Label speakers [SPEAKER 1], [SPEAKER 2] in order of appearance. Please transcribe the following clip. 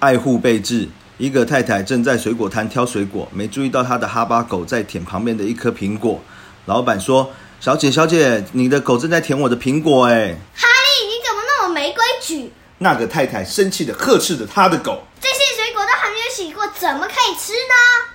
[SPEAKER 1] 爱护备至。一个太太正在水果摊挑水果，没注意到她的哈巴狗在舔旁边的一颗苹果。老板说：“小姐，小姐，你的狗正在舔我的苹果。”哎，
[SPEAKER 2] 哈利，你怎么那么没规矩？
[SPEAKER 1] 那个太太生气的呵斥着她的狗。
[SPEAKER 2] 这些水果都还没有洗过，怎么可以吃呢？